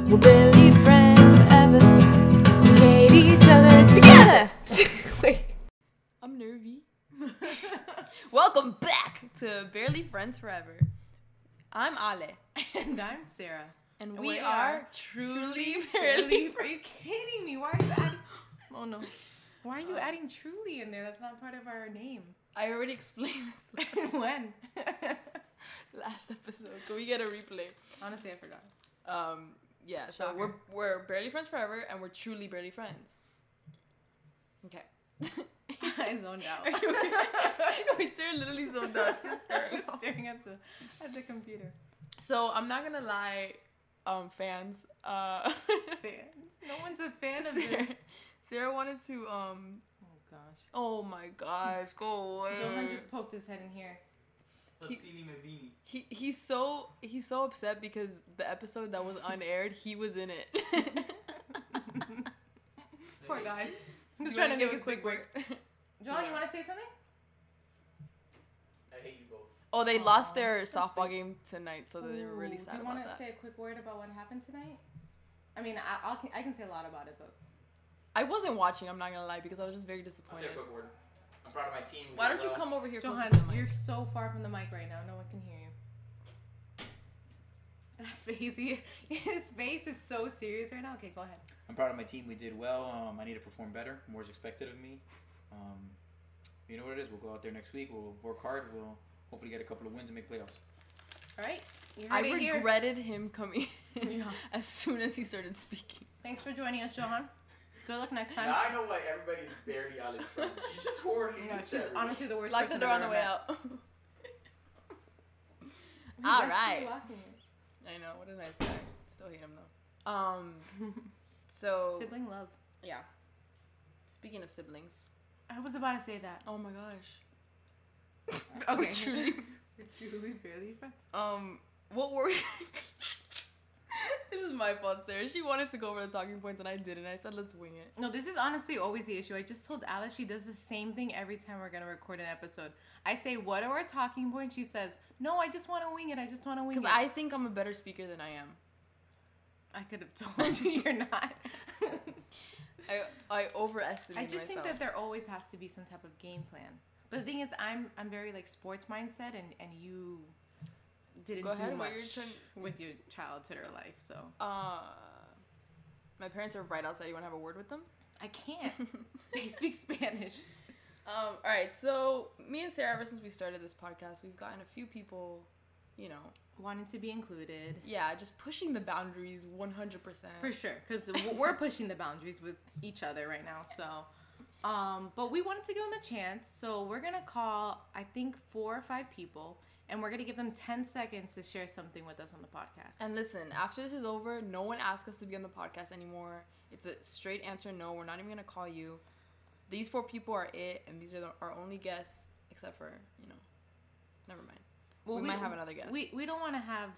We'll be friends forever. We hate each other together. Wait. I'm nervy. Welcome back to Barely Friends Forever. I'm Ale, And I'm Sarah. and we we are are truly barely. Really? Are you kidding me? Why are you adding? Oh no, Why are you adding truly in there? That's not part of our name. I already explained this when? last episode. Can we get a replay? Honestly, I forgot. Um, yeah. So Shocker. we're we're barely friends forever, and we're truly barely friends. Okay. I zoned out. Are you okay? Wait, Sarah literally zoned out. She's I staring. was staring at the at the computer. So I'm not gonna lie, um, fans. Uh, Fans. No one's a fan of Sarah, this. Sarah wanted to um Oh gosh. Oh my gosh, go away. Johan just poked his head in here. He- Pastini Mavini. He he's so he's so upset because the episode that was unaired, he was in it. Poor guy. I'm You wanna just trying to give make his quick work. Johan, you Yeah. want to say something? I hate you both. Oh, they Aw, lost their that's softball sweet. game tonight, so they were really Ooh, sad Do you about wanna that. say a quick word about what happened tonight? I mean, I, I'll, I can say a lot about it, but I wasn't watching. I'm not gonna lie because I was just very I'll say disappointed. a quick word. I'm proud of my team. We Why did don't you well. come over here closer Johan, to the mic? you're so far from the mic right now. No one can hear you. That face, he, his face is so serious right now. Okay, go ahead. I'm proud of my team. We did well. Um, I need to perform better. More is expected of me. Um, you know what it is. We'll go out there next week. We'll work hard. We'll hopefully get a couple of wins and make playoffs. All right, you heard I it here. regretted him coming in Yeah. as soon as he started speaking. Thanks for joining us, Johan. Good luck next Now time. I know why everybody's barely out of friends. She's just horribly. Yeah, she's honestly the worst Lock the person door I've on the ever way met. out. He's All actually right. locking it. I know. What a nice guy. Still hate him though. Um. So Sibling love. yeah. Speaking of siblings. I was about to say that. Oh my gosh. Okay. We're truly. Truly, barely friends. Um, what were we? this is my fault, Sarah. She wanted to go over the talking points, and I didn't. I said, let's wing it. No, this is honestly always the issue. I just told Alice she does the same thing every time we're gonna record an episode. I say, "What are our talking points?" She says, "No, I just want to wing it. I just want to wing Because it." I think I'm a better speaker than I am. I could have told you you're not. I I overestimate I just think myself. that there always has to be some type of game plan. But the thing is, I'm I'm very like sports mindset, and and you didn't Go ahead, do what much you're trying- with your childhood or life, so Uh, my parents are right outside. You want to have a word with them? I can't. they speak Spanish. Um, all right. So me and Sarah, ever since we started this podcast, we've gotten a few people, you know, Wanted to be included. yeah, just pushing the boundaries 100. percent For sure, because we're pushing the boundaries with each other right now. So, um, but we wanted to give them a chance. So we're gonna call, I think, four or five people, and we're gonna give them ten seconds to share something with us on the podcast. And listen, after this is over, no one asks us to be on the podcast anymore. It's a straight answer no. We're not even gonna call you. These four people are it, and these are the, our only guests, except for you know. Never mind. Well, we might have another guest. We we don't want to have.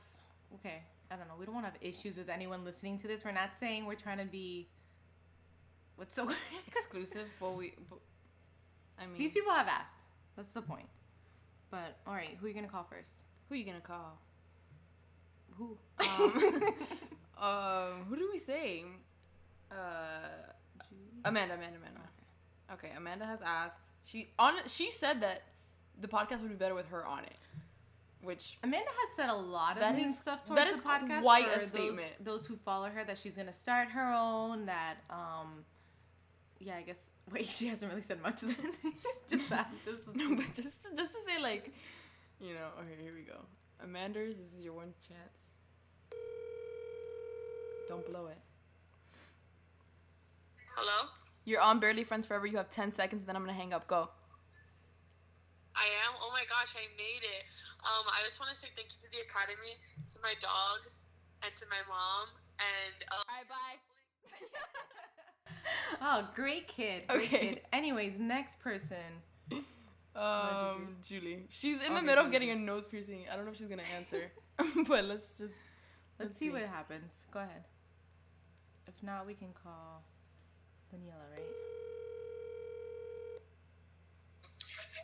Okay, I don't know. We don't want to have issues with anyone listening to this. We're not saying we're trying to be. What's the word? Exclusive, but we. But, I mean, These people have asked. That's the point. But all right, who are you gonna call first? who you gonna call? Who? Um, who do we say? Uh, Amanda, Amanda, Amanda. Okay, Amanda has asked. She on. She said that the podcast would be better with her on it, which Amanda has said a lot of That mean is- stuff that towards is the podcast. quite for a those- statement. Those, who follow her, that she's gonna start her own. That um, yeah, I guess. Wait, she hasn't really said much then. Just that. This is, No, but just to, just to say like, you know, okay, here we go. Amanders, this is your one chance. Don't blow it. Hello? You're on Barely Friends Forever. You have 10 seconds, then I'm going to hang up. Go. I am? Oh my gosh, I made it. Um, I just want to say thank you to the Academy, to my dog, and to my mom, and uh, All right, bye. oh, great kid. Great Okay. Kid. Anyways, next person. Oh, Um, Julie. She's in the Okay, middle Julie. of getting a nose piercing. I don't know if she's going to answer, but let's just. Let's, see, what happens. Go ahead. If not, we can call Daniela, right?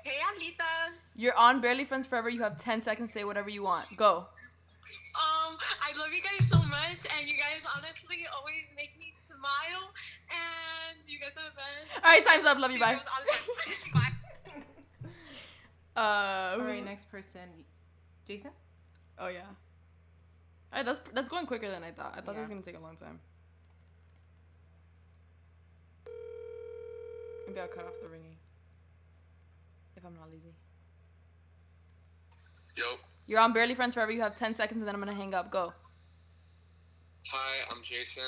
hey, Alita. You're on Barely Friends Forever. You have 10 seconds. Say whatever you want. Go. Um, I love you guys so much, and you guys honestly guys are the best. All right, time's up. Love you. You Bye. guys are the best. Bye. Uh, All who- right, next person, Jason. Oh yeah. All right, that's that's going quicker than I thought. I thought it was Yeah. gonna take a long time. Maybe I'll cut off the ringing if I'm not lazy. Yo, You're on Barely Friends Forever. You have 10 seconds, and then I'm gonna hang up. Go. hi, I'm Jason.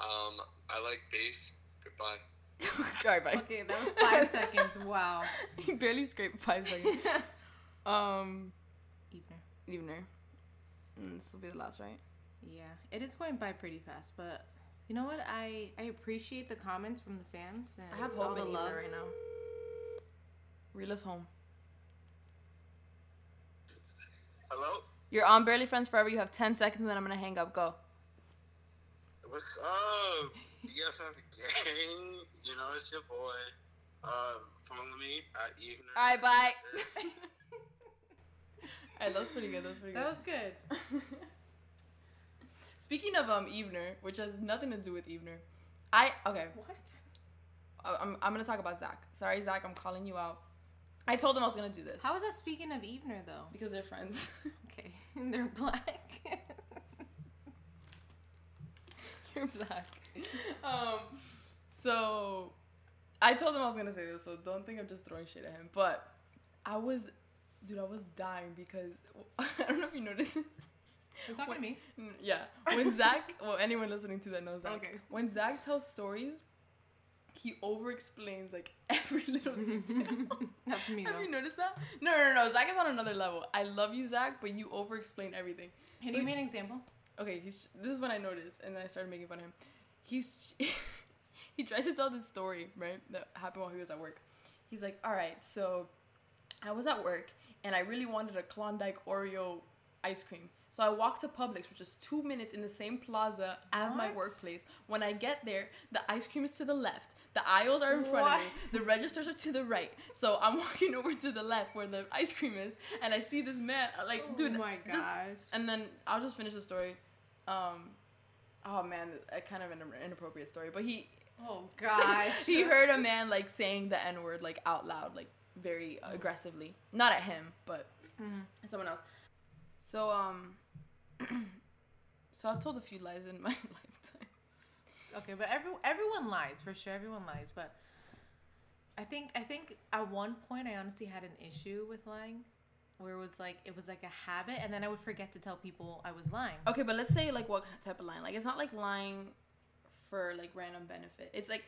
Um, I like bass. Goodbye. All right, bye. Okay, that was five seconds. Wow. He barely scraped five seconds. Um, Evener. Evener. Mm, this will be the last, right? Yeah, it is going by pretty fast, but you know what? I I appreciate the comments from the fans and I have all hope the in love. Evener right now. Rila's home. Hello. You're on Barely Friends Forever. You have 10 seconds, and then I'm gonna hang up. Go. What's up? You guys have a gang. You know, it's your boy. Uh, follow me at Evening. All right, bye. All right, that's pretty good. That's pretty good. That was good. Speaking of um Evener, which has nothing to do with Evener, I okay. What? I- I'm, I'm gonna talk about Zach. Sorry, Zach, I'm calling you out. I told him I was gonna do this. How is that speaking of Evener though? Because they're friends. Okay, they're black. You're black. um, so I told him I was gonna say this, so don't think I'm just throwing shit at him. But I was, dude, I was dying because I don't know if you noticed. this. You're talking to me. Mm, Yeah. When Zach, well, anyone listening to that knows Zach. Okay. When Zach tells stories, he over explains like every little detail. Not for me Have you though. noticed that? No, no, no, no. Zach is on another level. I love you, Zach, but you over explain everything. Can you give me an example? Okay, he's this is when I noticed, and then I started making fun of him. He's he tries to tell this story, right? That happened while he was at work. He's like, all right, so I was at work and I really wanted a Klondike Oreo ice cream. So I walked to Publix, which is two minutes in the same plaza as my What? workplace. When I get there, the ice cream is to the left. The aisles are in front of me. The registers are to the right. So I'm walking over to the left where the ice cream is, and I see this man. Like, dude, oh my just- gosh. and then I'll just finish the story. Um, oh man, a kind of an inappropriate story, but he oh gosh. he heard a man like saying the n word like out loud, like very aggressively, not at him, but Hmm. at someone else. So um, so I've told a few lies in my lifetime. Okay, but every everyone lies for sure. Everyone lies, but I think I think at one point I honestly had an issue with lying, where it was like it was like a habit, and then I would forget to tell people I was lying. Okay, but let's say like what type of lying? Like it's not like lying for like random benefit. It's like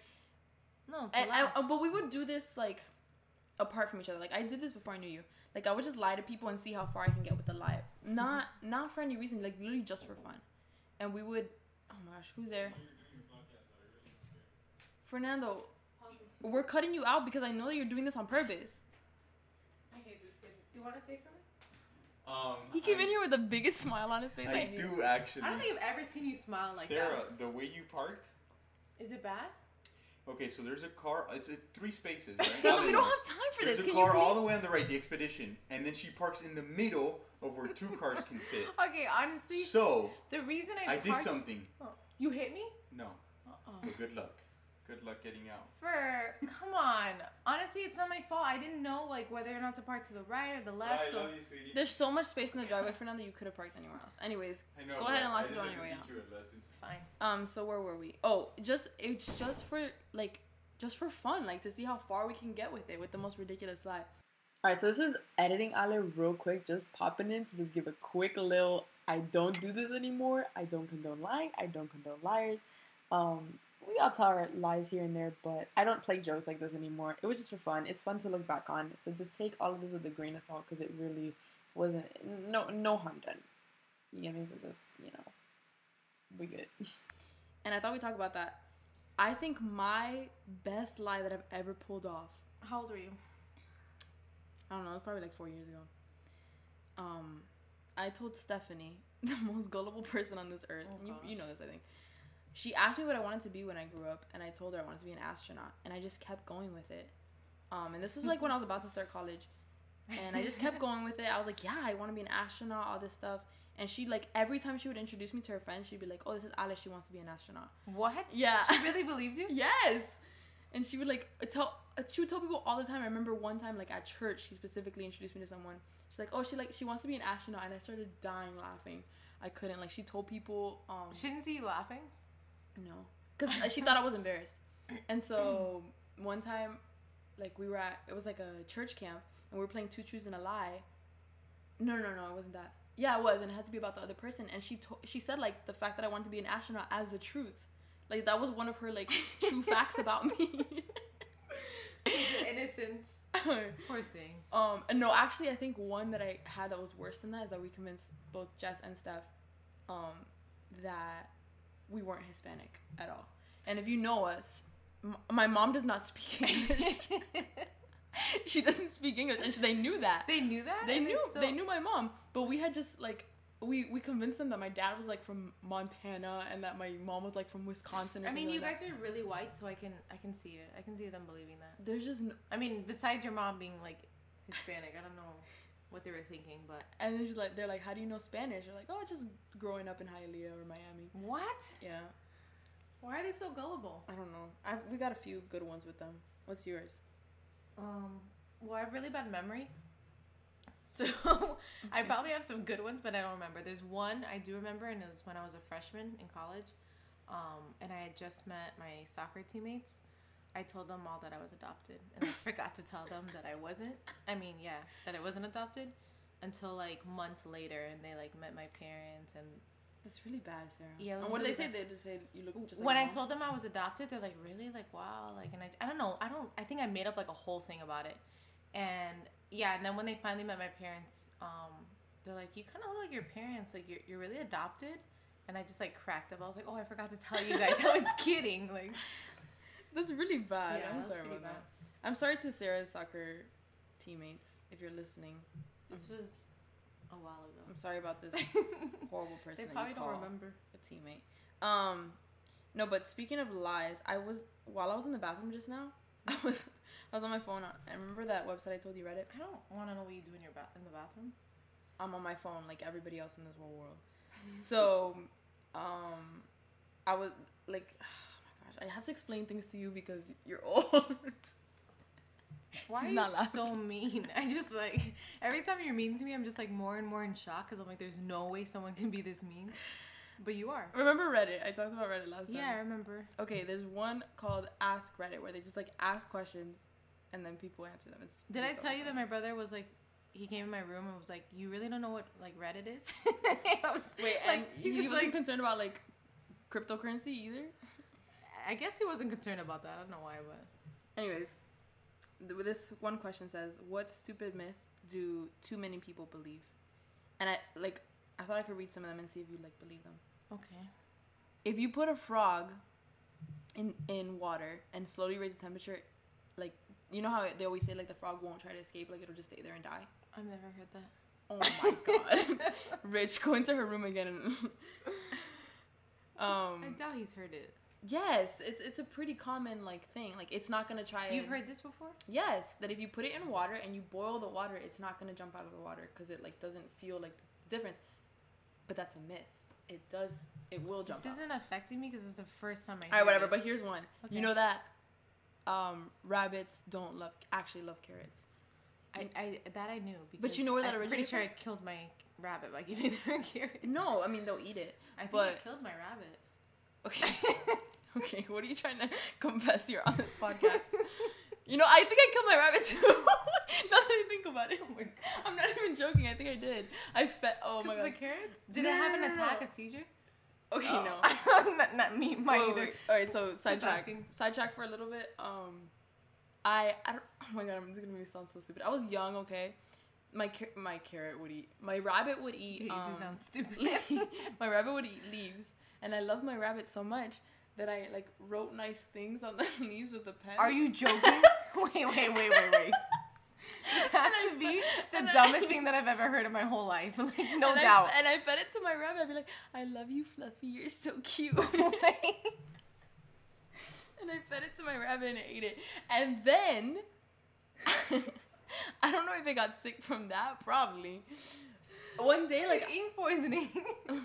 No, to and, laugh. and- uh, but we would do this like apart from each other. Like I did this before I knew you. Like I would just lie to people and see how far I can get with the lie. Not not for any reason. Like literally just for fun. And we would. Oh my gosh, who's there? Fernando, we're cutting you out because I know that you're doing this on purpose. Do you want to say something? Um, He came I, in here with the biggest smile on his face. I hate it. do actually. I don't think I've ever seen you smile like Sarah, the way you parked. that. Is it bad? Okay, so there's a car. It's uh, three spaces. Right? Fernando, we don't Avenues. have time for There's this. a Can you car please? all the way on the right, the expedition, and then she parks in the middle of where two cars can fit. Okay, honestly, So the reason I I did parked- something. Oh, you hit me? No, Uh-oh. but good luck. Good luck getting out. Fur, come on. Honestly, it's not my fault. I didn't know like whether or not to park to the right or the left. so you, sweetie. There's so much space in the driveway, Fernando. You could have parked anywhere else. Anyways, I know, go ahead but and lock I the just door on had your to way out. teach you a lesson. fine. Um, so where were we? Oh, just it's just for like just for fun, like to see how far we can get with it with the most ridiculous lie. All right, so this is editing Ale real quick, just popping in to just give a quick little. I don't do this anymore. I don't condone lying. I don't condone liars. Um, we all tell our lies here and there, but I don't play jokes like this anymore. It was just for fun. It's fun to look back on. So just take all of this with a grain of salt because it really wasn't no no harm done. You get me? So just you know, we good. And I thought we talked about that. I think my best lie that I've ever pulled off, How old were you? I don't know, it was probably like four years ago. Um, I told Stephanie, the most gullible person on this earth, Oh, and you, gosh. you know this, I think. She asked me what I wanted to be when I grew up, and I told her I wanted to be an astronaut, and I just kept going with it. Um, and this was like when I was about to start college, and I just kept going with it. I was like, yeah, I want to be an astronaut, all this stuff. And she like every time she would introduce me to her friends, she'd be like, oh, this is Alice, she wants to be an astronaut. What? Yeah. She really believed you? Yes. and she would like tell uh, she would tell people all the time. I remember one time like at church, she specifically introduced me to someone. She's like, "Oh, she like she wants to be an astronaut," and I started dying laughing. I couldn't like she told people um Shouldn't see you laughing. no because she thought I was embarrassed. And so one time, like we were at it was like a church camp and we were playing two truths and a lie. No, no, no, it wasn't that. Yeah, it was, and it had to be about the other person. And she to- she said like the fact that I wanted to be an astronaut as the truth, like that was one of her like true facts about me. Innocence. Poor thing. um, and no, actually, I think one that I had that was worse than that is that we convinced both Jess and Steph, um, that we weren't Hispanic at all. And if you know us, m- my mom does not speak English. she doesn't speak English, and she- they knew that. They knew that. They And knew. still- They knew my mom, but we had just like we we convinced them that my dad was like from Montana and that my mom was like from Wisconsin. Or I mean, something you like guys are really white, so I can I can see it. I can see them believing that. That. There's just no, I mean, besides your mom being like Hispanic, I don't know what they were thinking, but and it's just like they're like, how do you know Spanish? You're like, oh, just growing up in Hialeah or Miami. what? Yeah, Why are they so gullible? I don't know. I we got a few good ones with them. What's yours? Um, well, I have really bad memory. So I probably have some good ones, but I don't remember. There's one I do remember, and it was when I was a freshman in college. Um, and I had just met my soccer teammates. I told them all that I was adopted, and I forgot to tell them that I wasn't. I mean, yeah, that I wasn't adopted until like months later, and they like met my parents. And That's really bad, Sarah. Yeah, And it was what did they say? really They just said you look just like when your I mom? told them I was adopted, they're like, really? Like, wow. Like, and I, I don't know. I don't, I think I made up like a whole thing about it. And yeah, and then when they finally met my parents, um, they're like, you kind of look like your parents. Like, you're, you're really adopted. And I just like cracked up. I was like, oh, I forgot to tell you guys. I was kidding. Like, That's really bad. Yeah, I'm that's sorry pretty about bad. that. I'm sorry to Sarah's soccer teammates if you're listening. this Mm. was a while I'm sorry about this ago. horrible person. they that you probably don't call. remember. a teammate. Um, no, but speaking of lies, I was while I was in the bathroom just now. I was I was on my phone. I remember that website I told you Reddit. I don't want to know what you do in your ba- in the bathroom. I'm on my phone like everybody else in this whole world. So, um, I was like, oh my gosh, I have to explain things to you because you're old. Why She's are you not laughing. so mean? I just like every time you're mean to me, I'm just like more and more in shock because I'm like, there's no way someone can be this mean, but you are. remember Reddit? I talked about Reddit last Yeah, I time. remember. Okay, there's one called Ask Reddit where they just like ask questions, and then people answer them. It's Did I so tell you fun. that my brother was like, he came in my room and was like, you really don't know what like Reddit is? I was Wait, like, and he he, was wasn't like, concerned about like cryptocurrency either. I guess he wasn't concerned about that. I don't know why, but Anyways, th- this one question says, "What stupid myth do too many people believe?" And I like, I thought I could read some of them and see if you like believe them. okay. If you put a frog in in water and slowly raise the temperature, like you know how they always say like the frog won't try to escape, like it'll just stay there and die. I've never heard that. Oh my god, Rich, go into her room again. And I um, doubt he's heard it. yes, it's it's a pretty common like thing. Like it's not gonna try. You've and- heard this before? Yes, that if you put it in water and you boil the water, it's not gonna jump out of the water because it like doesn't feel like the difference. But that's a myth. It does. It will jump. this out. isn't affecting me because it's the first time I. All hear right, whatever. this. But here's one. Okay. You know that um, rabbits don't love actually love carrots. I, I that I knew because you know where that I'm pretty originated sure I killed my rabbit by giving her carrots. No, I mean they'll eat it. I think but- I killed my rabbit. Okay. okay. What are you trying to confess here on this podcast? you know, I think I killed my rabbit too. now that I think about it, oh my- I'm not even joking. I think I did. I fed. Oh my god. the carrots? Did No, it have an no, no, attack, no. a seizure? okay, no. no, not, not me, mine Wait, either. wait, wait. All right, so sidetrack. asking. Sidetrack for a little bit. Um, I, I don't, oh my god, I'm just gonna make me sound so stupid. I was young, okay. My car- my carrot would eat. My rabbit would eat. Yeah, you um, do sound stupid. my rabbit would eat leaves, and I love my rabbit so much that I like wrote nice things on the leaves with a pen. Are you joking? wait, wait, wait, wait, wait. This has And I to be put- the and I- dumbest thing that I've ever heard in my whole life. Like, no and doubt. I, and I fed it to my rabbit. I'd be like, "I love you, Fluffy. You're so cute." and I fed it to my rabbit and it ate it. And then I don't know if it got sick from that, probably. One day, like ink poisoning.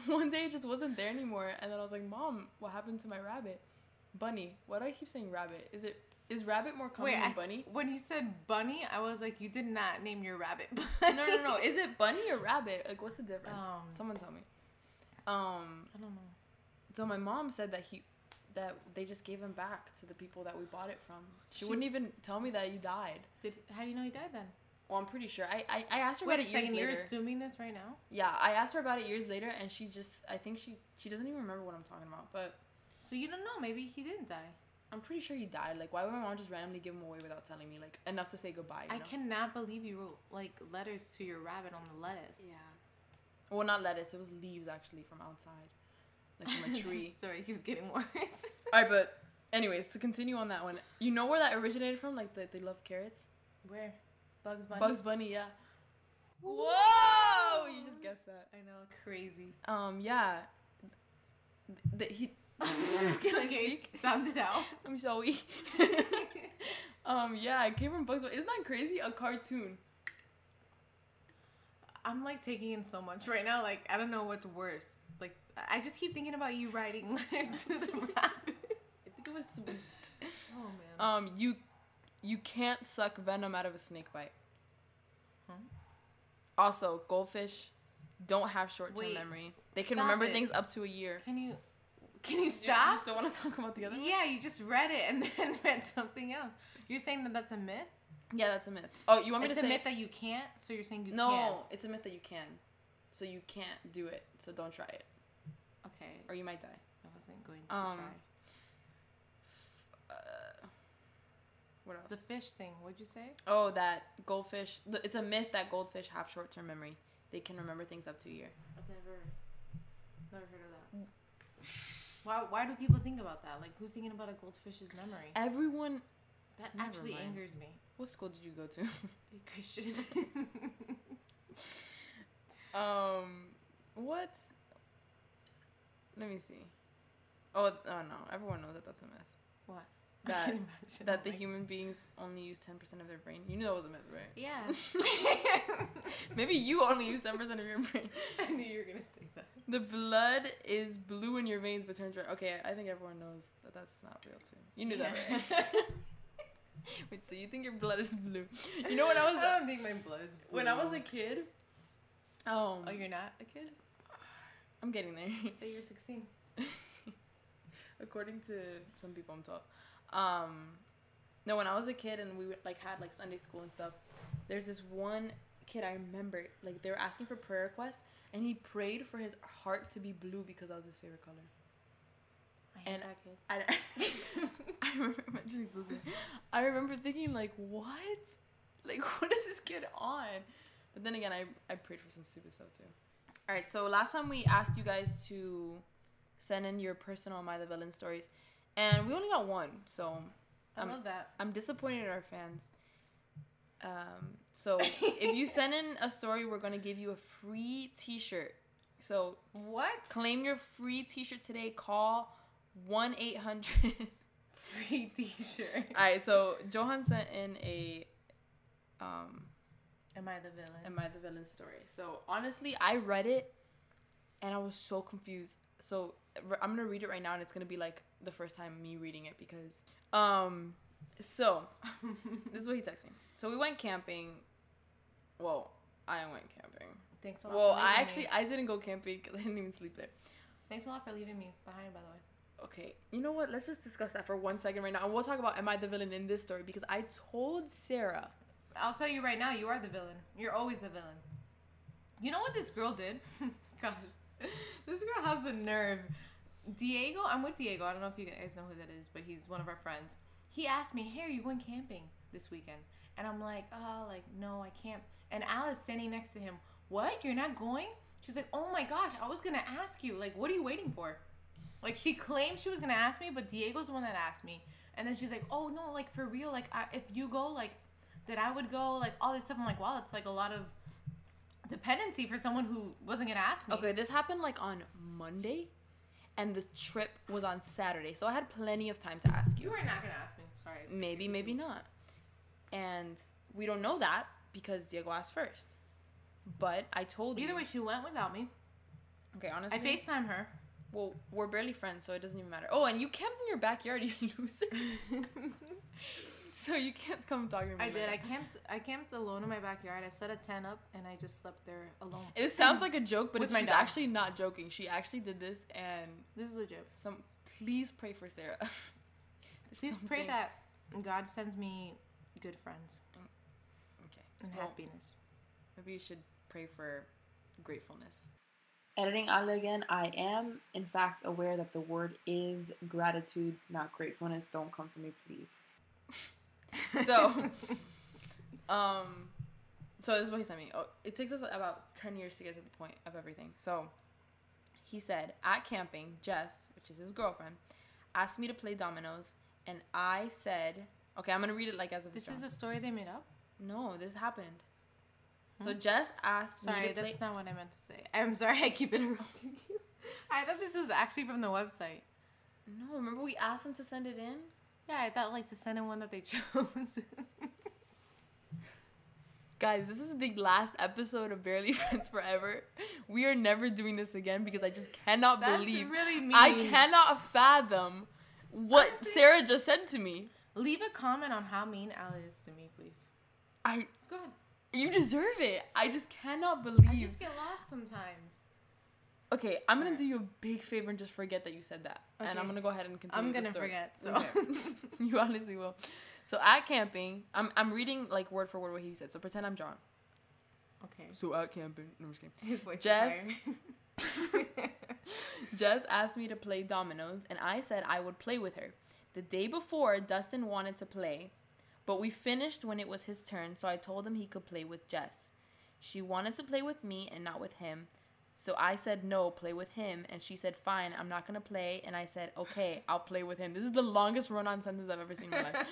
one day, it just wasn't there anymore. And then I was like, "Mom, what happened to my rabbit?" Bunny. Why do I keep saying rabbit? Is it is rabbit more common Wait, than I- bunny? when you said bunny, I was like, you did not name your rabbit. No, no, no, no. Is it bunny or rabbit? Like, what's the difference? Um. Someone tell me. Um. I don't know. So my mom said that he, that they just gave him back to the people that we bought it from. She, She- wouldn't even tell me that he died. Did how do you know he died then? Well, I'm pretty sure. I I, I asked her Wait a about it years second, you're later. assuming this right now? yeah, I asked her about it years later, and she just I think she she doesn't even remember what I'm talking about. But So you don't know. Maybe he didn't die. I'm pretty sure he died. Like, why would my mom just randomly give him away without telling me? Like enough to say goodbye. You I know? cannot believe you wrote like letters to your rabbit on the lettuce. Yeah. Well, not lettuce. It was leaves actually from outside, like from a This tree. story keeps getting worse. All right, but anyways, to continue on that one, you know where that originated from? Like that they love carrots. Where? Bugs Bunny. Bugs Bunny, yeah. Whoa! You just guessed that. I know, crazy. Um, yeah. Th- th- he, Can I speak? Sound it out. I'm so weak. um, yeah, it came from Bugs Bunny. Isn't that crazy? A cartoon. I'm like taking in so much right now. Like I don't know what's worse. Like I just keep thinking about you writing letters to the rabbit. I think it was sweet. Oh man. Um, you, you can't suck venom out of a snake bite. Huh? Also, goldfish don't have short-term Wait, memory. They can stop remember it. things up to a year. can you can you You, you stop? still want to talk about the other one? yeah, you just read it and then read something else. You're saying that that's a myth. Yeah, that's a myth. Oh, you want me it's to a say myth that you can't. So you're saying you no? can't. It's a myth that you can, so you can't do it. So don't try it, Okay. or you might die. I wasn't going to Um, try. Uh, what else? The fish thing. What'd you say? oh, that goldfish. th- It's a myth that goldfish have short-term memory. They can remember things up to a year. I've never, never heard of that. Mm. Why? Why do people think about that? Like, who's thinking about a goldfish's memory? Everyone. That Never actually mind. angers me. What school did you go to? The Christian. um, what? Let me see. Oh, th- oh no! Everyone knows that that's a myth. what? That- imagine. That the Like- human beings only use ten percent of their brain. You knew that was a myth, right? Yeah. Maybe you only use ten percent of your brain. I knew you were gonna say that. The blood is blue in your veins but turns red. Okay, I think everyone knows that that's not real too. You knew that, right? Wait, so you think your blood is blue? You know when I was I don't think my blood is blue. when I was a kid. Um, Oh, you're not a kid? I'm getting there. But you're 16. According to some people, I'm tall. Um, no, when I was a kid and we would, like had like Sunday school and stuff, there's this one kid I remember. Like they were asking for prayer requests, and he prayed for his heart to be blue because that was his favorite color. I am And- that kid. I, I remember imagining this one. I remember thinking like, what? Like, what is this kid on? But then again, I I prayed for some stupid stuff too. All right, so last time we asked you guys to send in your personal Am I the Villain stories, and we only got one, so I Um, love that. I'm disappointed in our fans. Um, so if you send in a story, we're gonna give you a free T-shirt. So What? claim your free T-shirt today. Call one eight hundred. Free t-shirt. All right, so Johan sent in a um Am I the villain? am I the villain story. So honestly, I read it and I was so confused. So re- I'm going to read it right now and it's going to be like the first time me reading it because um so this is what he texted me. So we went camping. Well, I went camping. Thanks a lot. Well, for leaving I actually Me. I didn't go camping cuz I didn't even sleep there. Thanks a lot for leaving me behind, by the way. Okay, you know what? Let's just discuss that for one second right now, and we'll talk about am I the villain in this story because I told Sarah I'll tell you right now, you are the villain. You're always the villain. You know what this girl did? Gosh, this girl has the nerve. Diego, I'm with Diego. I don't know if you guys know who that is, but he's one of our friends. He asked me, "Hey, are you going camping this weekend?" And I'm like, "Oh, like no, I can't." And Alice standing next to him, "What? You're not going?" She's like, "Oh my gosh, I was gonna ask you. Like, what are you waiting for?" Like she claimed she was gonna ask me, but Diego's the one that asked me. And then she's like, "Oh no, like for real, like I, if you go, like that I would go, like all this stuff." I'm like, "Wow, it's like a lot of dependency for someone who wasn't gonna ask me." Okay, this happened like on Monday, and the trip was on Saturday, so I had plenty of time to ask you you. were not gonna ask me. Sorry. Maybe, maybe not. And we don't know that because Diego asked first. But I told you. Either way, she went without me. Okay, honestly. I FaceTime her. Well, we're barely friends, so it doesn't even matter. Oh, and you camped in your backyard, you loser. so you can't come talk to me. I like did. I that. camped. I camped alone in my backyard. I set a tent up and I just slept there alone. It sounds like a joke, but With it's my she's dog. actually not joking. She actually did this, and This is legit. some please pray for Sarah. There's Please pray something- that God sends me good friends Okay. and Well, happiness. Maybe you should pray for gratefulness. Editing Ale again, I am in fact aware that the word is gratitude, not gratefulness. Don't come for me, please. So, um, so this is what he sent me. Oh, it takes us about 10 years to get to the point of everything. So, he said, at camping, Jess, which is his girlfriend, asked me to play dominoes, and I said, okay, I'm gonna read it like as if This it's is done. a story they made up. no, this happened. So Jess asked me Sorry, to play. that's not what I meant to say. I'm sorry. I keep interrupting you. I thought this was actually from the website. no, remember we asked him to send it in. Yeah, I thought like to send in one that they chose. Guys, this is the last episode of Barely Friends Forever. We are never doing this again because I just cannot That's believe. really mean. I cannot fathom what Sarah just said to me. Leave a comment on how mean Ally is to me, please. I Let's go ahead. you deserve it. I just cannot I believe. just get lost sometimes. Okay, I'm gonna do you a big favor and just forget that you said that, and I'm Okay. gonna go ahead and continue. I'm the gonna story. forget. So Okay. you honestly will. So at camping, I'm I'm reading like word for word what he said. So pretend I'm John. okay. So at camping, no, I'm just kidding. His voice. is Jess- higher. Jess asked me to play dominoes, and I said I would play with her. The day before, Dustin wanted to play, but we finished when it was his turn, so I told him he could play with Jess. She wanted to play with me and not with him, so I said no, play with him, and she said fine, I'm not gonna play, and I said okay, I'll play with him. This is the longest run on sentence I've ever seen in my life.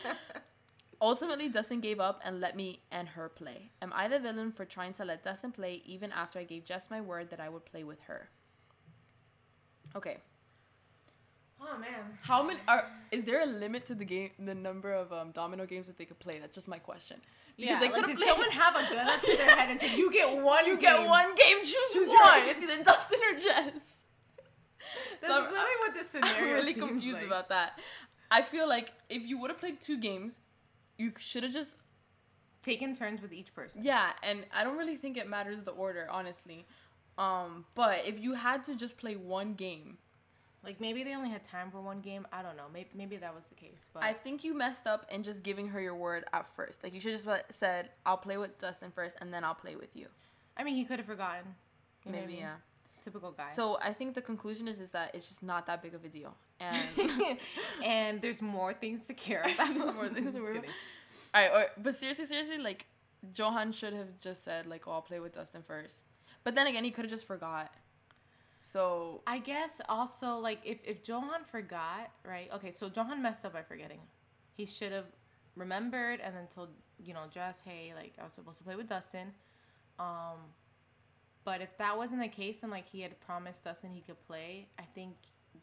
Ultimately, Dustin gave up and let me and her play. Am I the villain for trying to let Dustin play even after I gave Jess my word that I would play with her? Okay. oh man. How many are? Is there a limit to the game, the number of um, domino games that they could play? That's just my question. Yeah. they Like, could've did played- someone have a gun up to their head and said, "You get one. You get game." one game, choose, Choose your- one. It's either Dustin or Jess. That's So I'm- literally what this I'm scenario really seems confused like. about that. I feel like if you would have played two games, you should have just Taking turns with each person. yeah. And I don't really think it matters the order, honestly. Um, but if you had to just play one game, Like maybe they only had time for one game. I don't know. Maybe, maybe that was the case. But I think you messed up in just giving her your word at first. Like you should just let- said, "I'll play with Dustin first, and then I'll play with you." I mean, he could have forgotten. You know what I Maybe mean? yeah. Typical guy. So I think the conclusion is is that it's just not that big of a deal. And and there's more things to care about. There's more things to Just worry about. kidding. all right, or, but seriously, seriously, like Johan should have just said like, "Oh, I'll play with Dustin first. But then again, he could have just forgot. So I guess also like if if Johan forgot, right? Okay, so Johan messed up by forgetting. He should have remembered and then told you know Jess, hey, like I was supposed to play with Dustin. Um, but if that wasn't the case and like he had promised Dustin he could play, I think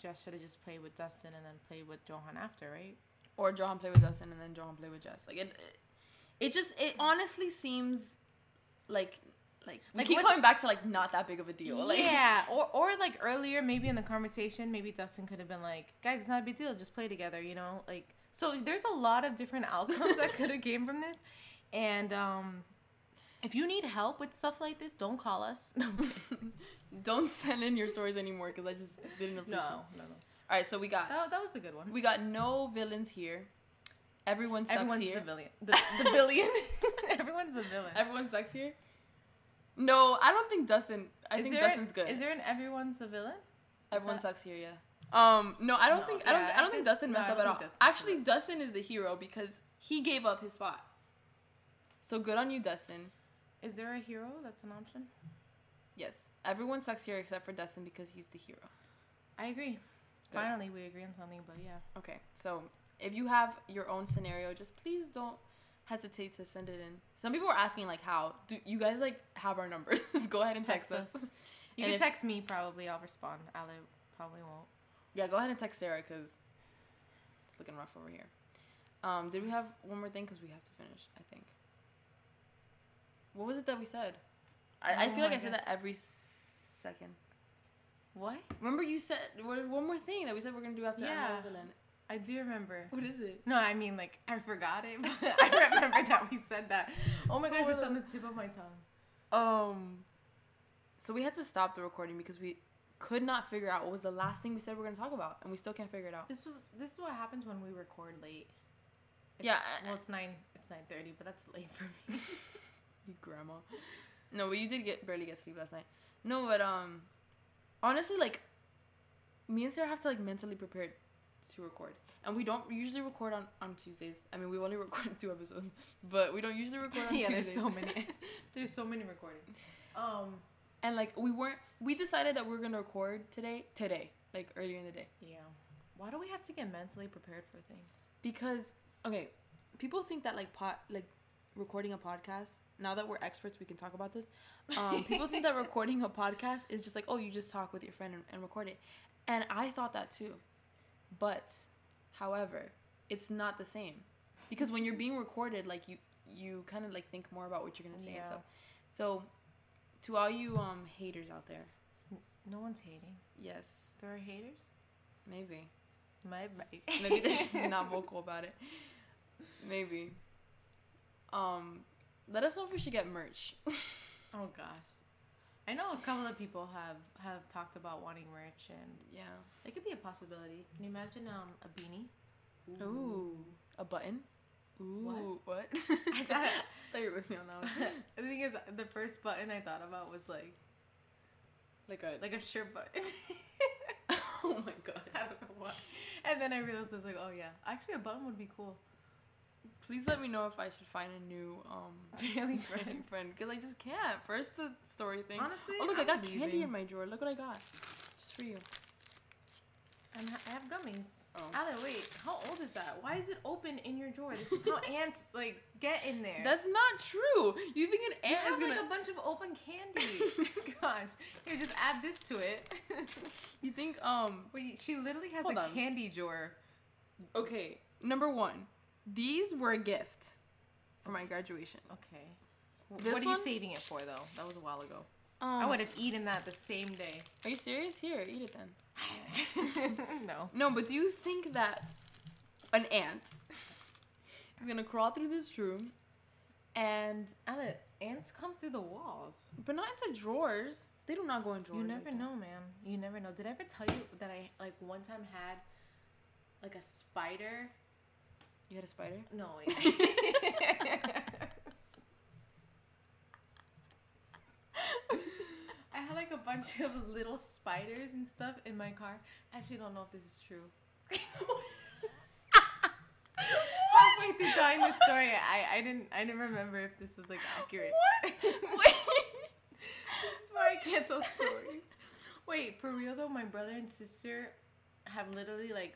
Jess should have just played with Dustin and then played with Johan after, right? or Johan play with Dustin and then Johan play with Jess. Like it, it, it just it honestly seems like like we Like, keep what's- coming back to like not that big of a deal. Like yeah, or or like earlier, maybe in the conversation, maybe Dustin could have been like, "Guys, it's not a big deal. Just play together," you know. Like, so there's a lot of different outcomes that could have came from this, and um, if you need help with stuff like this, don't call us. no, don't send in your stories anymore because I just didn't appreciate. no, no. All right, so we got That, that was a good one. we got no villains here. Everyone sucks Everyone's here. the villain. The, the villain. Everyone's the villain. Everyone sucks here. No, I don't think Dustin. I Is think there- Dustin's good. Is there an everyone's the villain? Everyone that- sucks here, yeah. Um, no, I don't No, think I don't yeah, I don't think this- Dustin no, I messed up don't at all. think Dustin's Actually, good. Dustin is the hero because he gave up his spot. So good on you, Dustin. Is there a hero? That's an option. Yes, everyone sucks here except for Dustin because he's the hero. I agree. Good. Finally, we agree on something. But yeah. Okay, so if you have your own scenario, just please don't hesitate to send it in. Some people were asking like, how do you guys like have our numbers? go ahead and text, us. You And can if- text me, probably. I'll respond. Ale probably won't. Yeah, go ahead and text Sarah because it's looking rough over here. Um, did we have one more thing? Because we have to finish, I think. What was it that we said? I, I Oh feel like my I said gosh. that every second. What? Remember you said what- one more thing that we said we're gonna do after Yeah. Anna Evelyn. I do remember. What is it? No, I mean like I forgot it, but I remember that we said that. Oh my gosh, it's on the tip of my tongue. Um. So we had to stop the recording because we could not figure out what was the last thing we said we are gonna talk about, and we still can't figure it out. This is this is what happens when we record late. It's- Yeah, I- Well, it's nine. It's nine thirty, but that's late for me. You grandma. No, but you did get barely get sleep last night. No, but um, honestly, like, me and Sarah have to like mentally prepare to record, and we don't usually record on on Tuesdays. I mean, we've only recorded two episodes, but we don't usually record on yeah, Tuesdays. there's so many. there's so many recordings. Um. and like we weren't. We decided that we are gonna record today. Today, like earlier in the day, Yeah. Why do we have to get mentally prepared for things? because okay, people think that like pot like recording a podcast. Now that we're experts, we can talk about this. um, people think that recording a podcast is just like, oh, you just talk with your friend and, and record it. And I thought that too. But, however, it's not the same. Because when you're being recorded, like you you kind of like think more about what you're gonna say and Yeah. stuff. So, to all you um haters out there, No one's hating. yes, There are haters. maybe My, maybe they're just not vocal about it. Maybe. Um, let us know if we should get merch. Oh gosh. I know a couple of people have have talked about wanting merch, and yeah. it could be a possibility. Can you imagine um a beanie? Ooh. A button? Ooh. What? I thought thought you were with me on that one. the thing is, the first button I thought about was like Like a like a shirt button. oh my god. I don't know why. And then I realized I was like, oh yeah, actually a button would be cool. Please let me know if I should find a new um Really friend friend because I just can't. First the story thing. Honestly, oh look, i I'm got leaving. candy in my drawer. Look what I got. Just for you. I'm, I have gummies. Oh. Allie, wait, how old is that? Why is it open in your drawer? This is how ants like get in there. That's not true. You think an you ant have is gonna? like a bunch of open candy. Gosh, here, just add this to it. you think um Wait, she literally has Hold a on. candy drawer. okay number one, these were a gift for my graduation. Okay. Oh This what are one? you saving it for though? That was a while ago. Um, I would have eaten that the same day. Are you serious? Here, eat it then. no. No, but do you think that an ant is gonna crawl through this room and Allie, ants come through the walls. but not into drawers? They do not go in drawers. You like never that. know, man. You never know. Did I ever tell you that I like one time had like a spider? You had a spider? No. I I had like a bunch of little spiders and stuff in my car. I actually don't know if this is true. Halfway through telling the story, I, I didn't I didn't remember if this was like accurate. What? Wait. This is why I can't tell stories. Wait, for real though, my brother and sister have literally like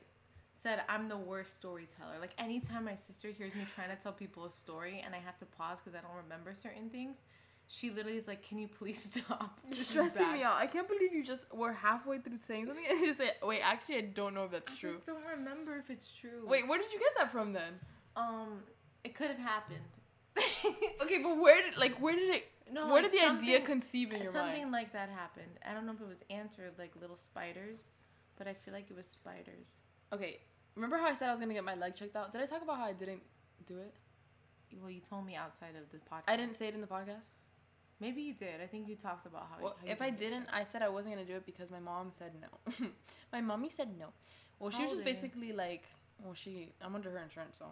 said I'm the worst storyteller. Like anytime my sister hears me trying to tell people a story and I have to pause because I don't remember certain things, she literally is like, "Can you please stop?" You're This is stressing bad." me out. I can't believe you just were halfway through saying something and you said, wait, actually, I don't know if I that's true. just don't remember if it's true. Wait, where did you get that from then? um, it could have happened. Okay, but where did like where did it? No, where like did the idea something- conceive in your Something mind? like that happened. I don't know if it was ants or like little spiders, but I feel like it was spiders. Okay, remember how I said I was gonna get my leg checked out? Did I talk about how I didn't do it? Well, you told me outside of the podcast. I didn't say it in the podcast. Maybe you did. I think you talked about how. Well, how you if I did it. didn't, I said I wasn't gonna do it because my mom said no. my mommy said no. Well, she How was just old are you? basically like, well, she I'm under her insurance, so,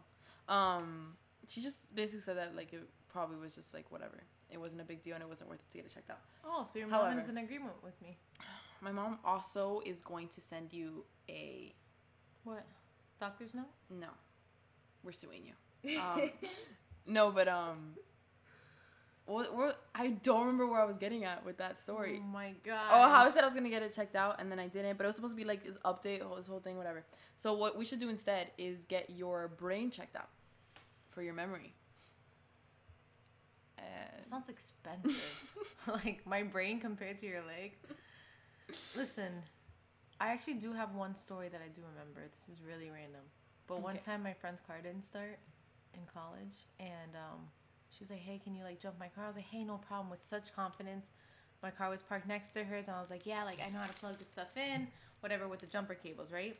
um, she just basically said that like it probably was just like whatever. It wasn't a big deal and it wasn't worth it to get it checked out. Oh, so your mom However. is in agreement with me. My mom also is going to send you a What? Doctor's note? no. We're suing you. Um, no, but um, what, what, I don't remember where I was getting at with that story. Oh my god. Oh, how I said I was gonna get it checked out and then I didn't, but it was supposed to be like this update, whole- this whole thing, whatever. So what we should do instead is get your brain checked out for your memory. That And sounds expensive. like my brain compared to your leg. Listen, I actually do have one story that I do remember. This is really random. But one Okay. time my friend's car didn't start in college and um she's like, Hey, can you like jump my car? I was like, Hey, no problem with such confidence. my car was parked next to hers, and I was like, yeah, like I know how to plug this stuff in, whatever with the jumper cables, right?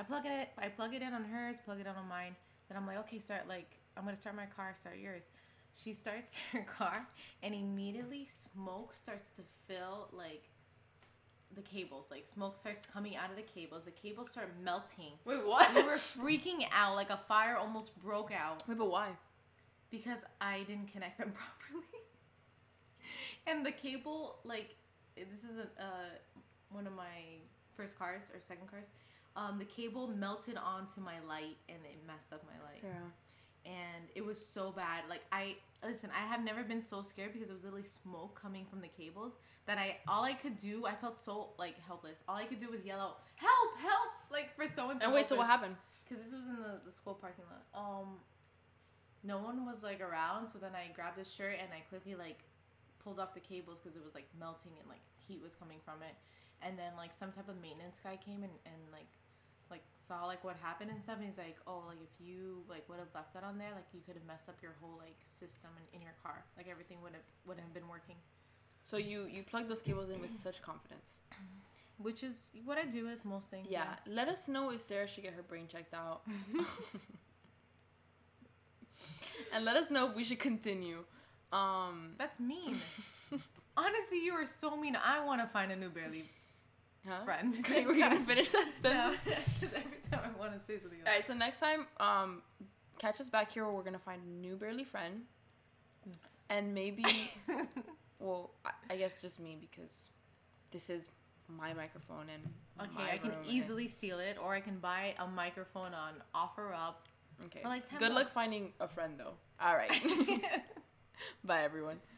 I plug it, I plug it in on hers, plug it in on mine. Then I'm like, okay, start like I'm gonna start my car, start yours. She starts her car, and immediately smoke starts to fill like the cables. Like smoke starts coming out of the cables. The cables start melting. Wait, what? We were freaking out. Like a fire almost broke out Wait, but why? because I didn't connect them properly. and the cable, like, this is a, uh, one of my first cars or second cars. Um, the cable melted onto my light and it messed up my light. Sarah. And it was so bad. Like I listen, I have never been so scared because it was literally smoke coming from the cables that I all I could do, I felt so like helpless. All I could do was yell out, "Help! Help!" like for someone. to And wait, help so us. what happened? Because this was in the, the school parking lot. Um, no one was like around, so then I grabbed his shirt and I quickly like pulled off the cables because it was like melting and like heat was coming from it. And then like some type of maintenance guy came and, and like like saw like what happened and stuff and he's like, Oh, like if you like would have left that on there, like you could have messed up your whole like system in, in your car. Like everything would have wouldn't have been working. So you you plug those cables in with such confidence. Which is what I do with most things. Yeah. Let us know if Sarah should get her brain checked out. and let us know if we should continue. Um That's mean. Honestly, you are so mean. I wanna find a new barely huh? friend. Okay, we're gonna finish that No, sentence. 'cause every time I want to say something. Else. Alright, so next time, um catch us back here where we're gonna find a new barely friend. And maybe well, I, I guess just me because this is my microphone and okay, my I can room and- easily steal it, or I can buy a microphone on OfferUp. okay. for like 10 Good luck bucks. finding a friend though. All right. Bye everyone.